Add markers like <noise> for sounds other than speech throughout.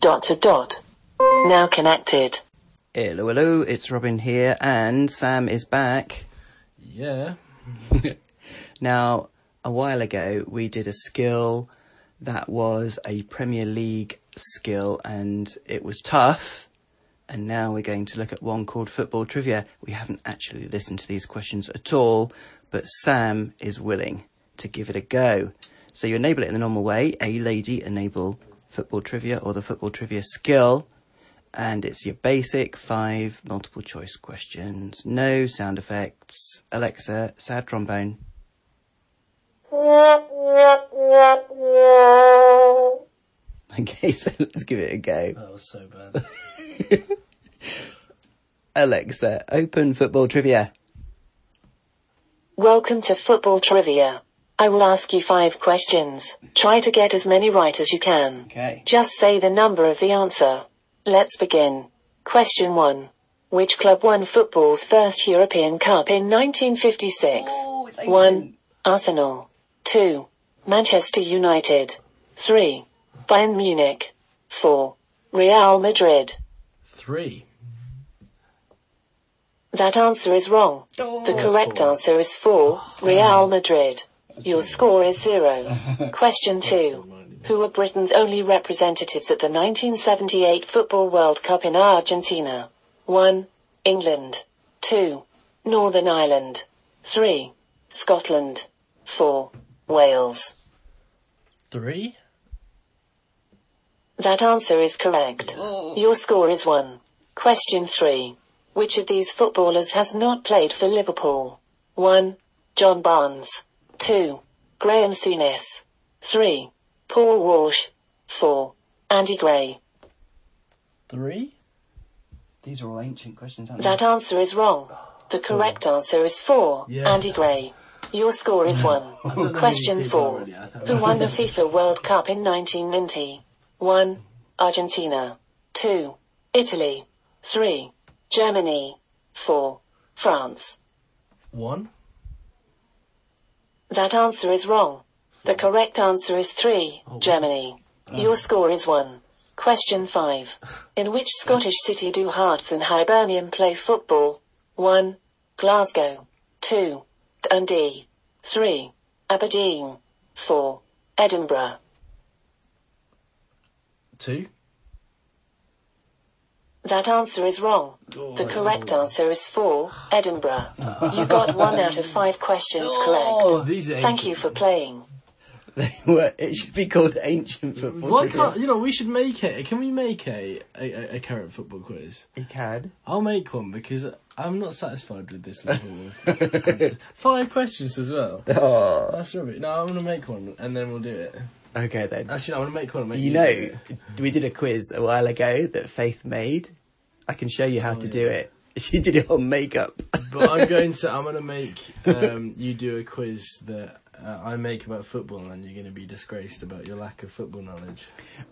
Dot to dot. Now connected. Hello, hello, it's Robin here, and Sam is back. Yeah. Now, a while ago, we did a skill that was a Premier League skill, and it was tough. And now we're going to look at one called football trivia. We haven't actually listened to these questions at all, but Sam is willing to give it a go. So you enable it in the normal way. A lady enable football trivia or the football trivia skill. And it's your basic five multiple choice questions. No sound effects. Alexa, sad trombone. <laughs> Okay, so let's give it a go. That was so bad. <laughs> Alexa, open football trivia. Welcome to football trivia. I will ask you five questions. Try to get as many right as you can. Okay. Just say the number of the answer. Let's begin. Question 1. Which club won football's first European Cup in 1956? Oh, it's 1. Arsenal. 2. Manchester United. 3. Bayern Munich. 4. Real Madrid. Three. That answer is wrong. The correct answer is 4. Real Madrid. Your score is 0. Question 2. Who were Britain's only representatives at the 1978 Football World Cup in Argentina? 1. England. 2. Northern Ireland. 3. Scotland. 4. Wales. Three? That answer is correct. Your score is 1. Question 3. Which of these footballers has not played for Liverpool? 1. John Barnes. 2. Graham Souness. 3. Paul Walsh. 4. Andy Gray. Three? These are all ancient questions, aren't That answer is wrong. The correct answer is 4. Yeah. Andy Gray. Your score is 1. Question 4. Who won the FIFA World Cup in 1990? 1. Argentina. 2. Italy. 3. Germany. 4. France. One? That answer is wrong. The correct answer is 3. Germany. Your score is 1. Question <laughs> 5. In which Scottish city do Hearts and Hibernian play football? 1. Glasgow. 2. Dundee. 3. Aberdeen. 4. Edinburgh. Two? That answer is wrong. Oh, The correct answer is <sighs> 4. Edinburgh. <laughs> You got 1 out of 5 questions correct. Oh, These are Oh, Thank you for playing. They were. It should be called ancient football Why trivia. can't you know? We should make it. Can we make a a, a- a current football quiz? You can. I'll make one because I'm not satisfied with this level <laughs> of answer. five questions as well. Oh. That's rubbish. No, I'm gonna make one and then we'll do it. Okay then. Actually, no, I'm gonna make one. And make You do know, it. we did a quiz a while ago that Faith made. I can show you how to do it. <laughs> She did it on makeup. but I'm going to. I'm gonna make um, you do a quiz that uh, I make about football, and you're gonna be disgraced about your lack of football knowledge.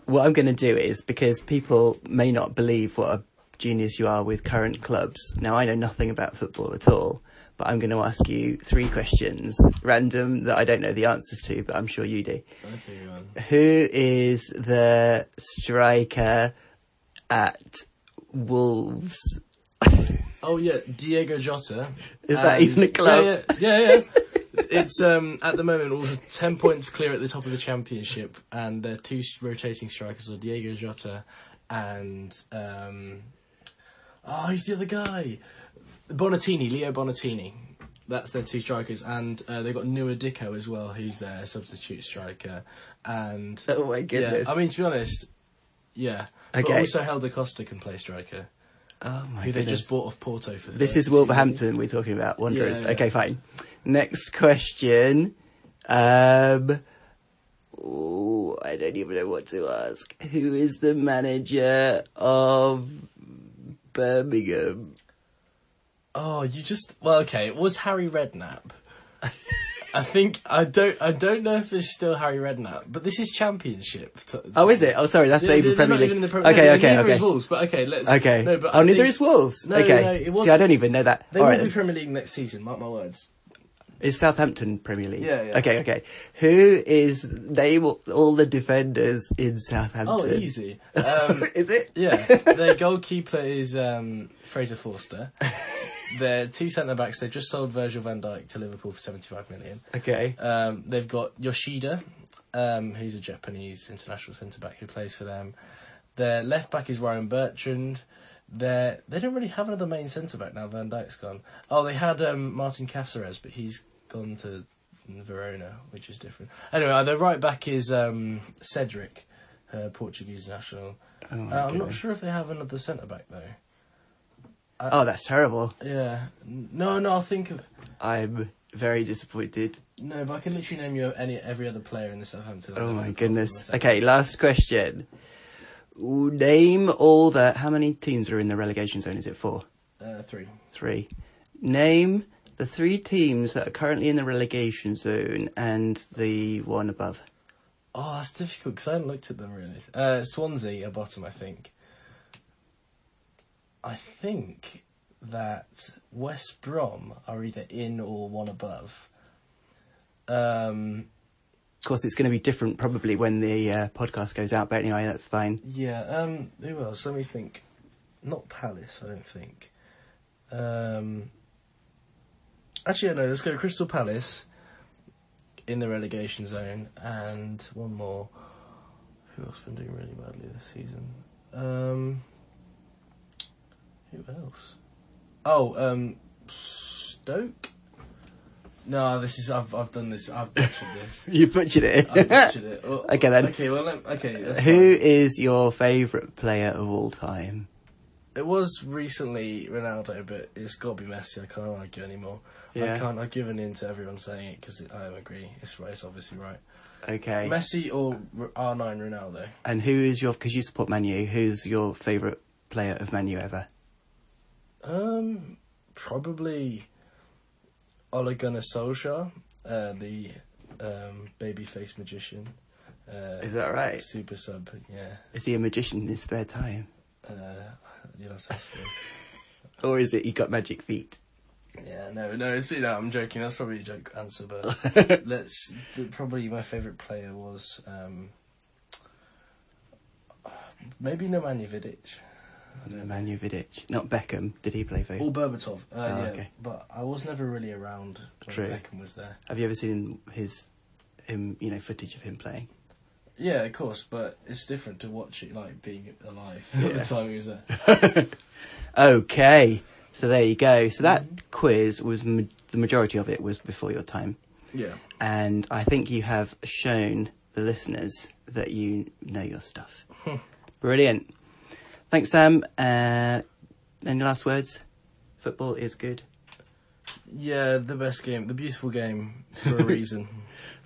what I'm going to do is because people may not believe what a genius you are with current clubs. Now I know nothing about football at all, but I'm going to ask you three questions, random that I don't know the answers to, but I'm sure you do. Okay, go on. Who is the striker at Wolves? Oh yeah, Diego Jota. Is that even a club? Yeah, yeah. yeah, yeah. <laughs> it's um at the moment all ten points clear at the top of the championship, and their two s- rotating strikers are Diego Jota and um oh who's the other guy? Bonatini, Leo Bonatini. That's their two strikers, and uh, they've got Nua Dicko as well, who's their substitute striker, and Oh my goodness! yeah, I mean to be honest, yeah. But Okay. also Helder Costa can play striker. oh my Who goodness! they just bought off Porto for. This is 32 Wolverhampton we're talking about, Wanderers. Yeah, yeah. Okay, fine. Next question. Um, oh, I don't even know what to ask. Who is the manager of Birmingham? Oh, you just well, okay. It was Harry <laughs> Redknapp. I think I don't. I don't know if it's still Harry Redknapp, but this is Championship. T- Oh, is it? Oh, sorry, that's the They're- even they're Premier not League. even in the Premier okay, League. okay, Neither okay. is Wolves, but okay, let's. Okay. No, but oh, I neither think is Wolves. No, okay. no, it was- See, I don't even know that. They All will right. be then. Premier League next season. Mark my words. Is Southampton Premier League? Yeah, yeah. Okay, okay. Who is name all- all the defenders in Southampton? Oh, easy. Um, <laughs> is it? yeah, their goalkeeper is um, Fraser Forster. Their two centre backs, they just sold Virgil van Dijk to Liverpool for 75 million. <laughs> Okay. Um, they've got Yoshida, um, who's a Japanese international centre back who plays for them. Their left back is Ryan Bertrand. Their, they don't really have another main centre back now. Van Dijk's gone. Oh, they had um, Martin Caceres, but he's gone to Verona, which is different. Anyway, uh, their right back is um, Cedric, uh, Portuguese national. Oh, my Uh, I'm not goodness. sure if they have another centre back though. Oh, that's terrible. Yeah. N- No, no. I'll think of I'm very disappointed. no. But I can literally name you any every other player in the Southampton. Oh my lineup off the top of goodness. head. Okay, last question. Name all the. How many teams are in the relegation zone? Is it four? Uh, three. Three. Name the three teams that are currently in the relegation zone and the one above. Oh, that's difficult because I hadn't looked at them really. Uh, Swansea are bottom, I think. I think that West Brom are either in or one above. Um, Of course, it's going to be different probably when the uh, podcast goes out, but anyway, that's fine. <laughs> yeah. Um, who else? Let me think. Not Palace, I don't think. Um, actually, no. Let's go Crystal Palace in the relegation zone, and one more. Who else been doing really badly this season? Um, who else? Oh, um, Stoke. No, this is I've I've done this. I've butchered this. You butchered it. <laughs> I've butchered it. Well, Okay, then. Okay, well, let, okay. <laughs> That's Who fine. is your favourite player of all time? It was recently Ronaldo, but it's got to be Messi. I can't argue anymore. Yeah. I can't. I've given in to everyone saying it because I agree. It's right. It's obviously right. Okay. Messi or R nine Ronaldo. and who is your, because you support Manu, who's your favourite player of Manu ever? Um, probably Ole Gunnar Solskjaer, uh, the um babyface magician. Uh, Is that right? Super sub. Yeah. Is he a magician in his spare time? Uh, you'll have to ask him. <laughs> Or is it he got magic <laughs> feet? Yeah, no, no, it's no, I'm joking. That's probably a joke answer, but let's. th- Probably my favourite player was um, maybe Nemanja Vidic Manu Vidic. Not Beckham. Did he play for or you? Berbatov. Uh, yeah, Ah, okay. but I was never really around when True. Beckham was there. Have you ever seen his, him, you know, footage of him <laughs> playing? Yeah, of course, but it's different to watch it like being alive <laughs> at Yeah. the time he was there. Okay. So there you go. So that quiz was, ma- the majority of it was before your time. Yeah, And I think you have shown the listeners that you know your <laughs> stuff. Brilliant. Thanks, Sam. Uh, any last words? Football is good. yeah, the best game, the beautiful game for <laughs> a reason.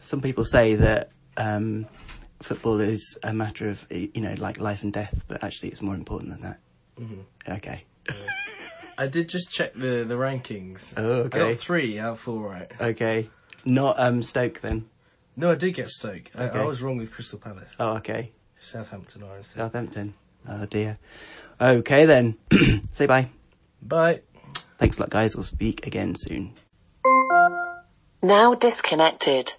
Some people say that um, football is a matter of, y- you know, like life and death, but actually it's more important than that. Mm-hmm. Okay. I did just check the the rankings. Oh, I okay. got three out of four right. Okay. Not um, Stoke then. No, I did get Stoke. I, Okay. I was wrong with Crystal Palace. Oh, okay. Southampton are instead. Southampton. Oh, dear. Okay then. <clears throat> Say bye. Bye. Thanks a lot, guys. We'll speak again soon. Now disconnected.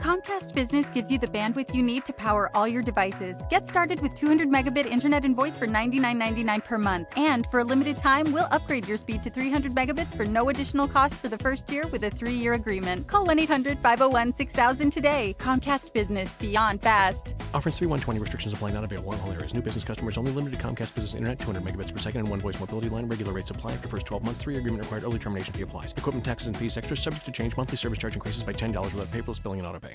Comcast Business gives you the bandwidth you need to power all your devices. Get started with 200 megabit internet and voice for $99.99 per month. And for a limited time, we'll upgrade your speed to 300 megabits for no additional cost for the first year with a three year agreement. Call 1 800 501 6000 today. Comcast Business Beyond Fast. Offer is 3120 restrictions apply not available in all areas. New business customers only limited to Comcast Business Internet 200 megabits per second and one voice mobility line. Regular rates apply after first 12 months. Three agreement required. Early termination fee applies. Equipment taxes and fees extra subject to change. Monthly service charge increases by $10 without paperless billing and auto pay.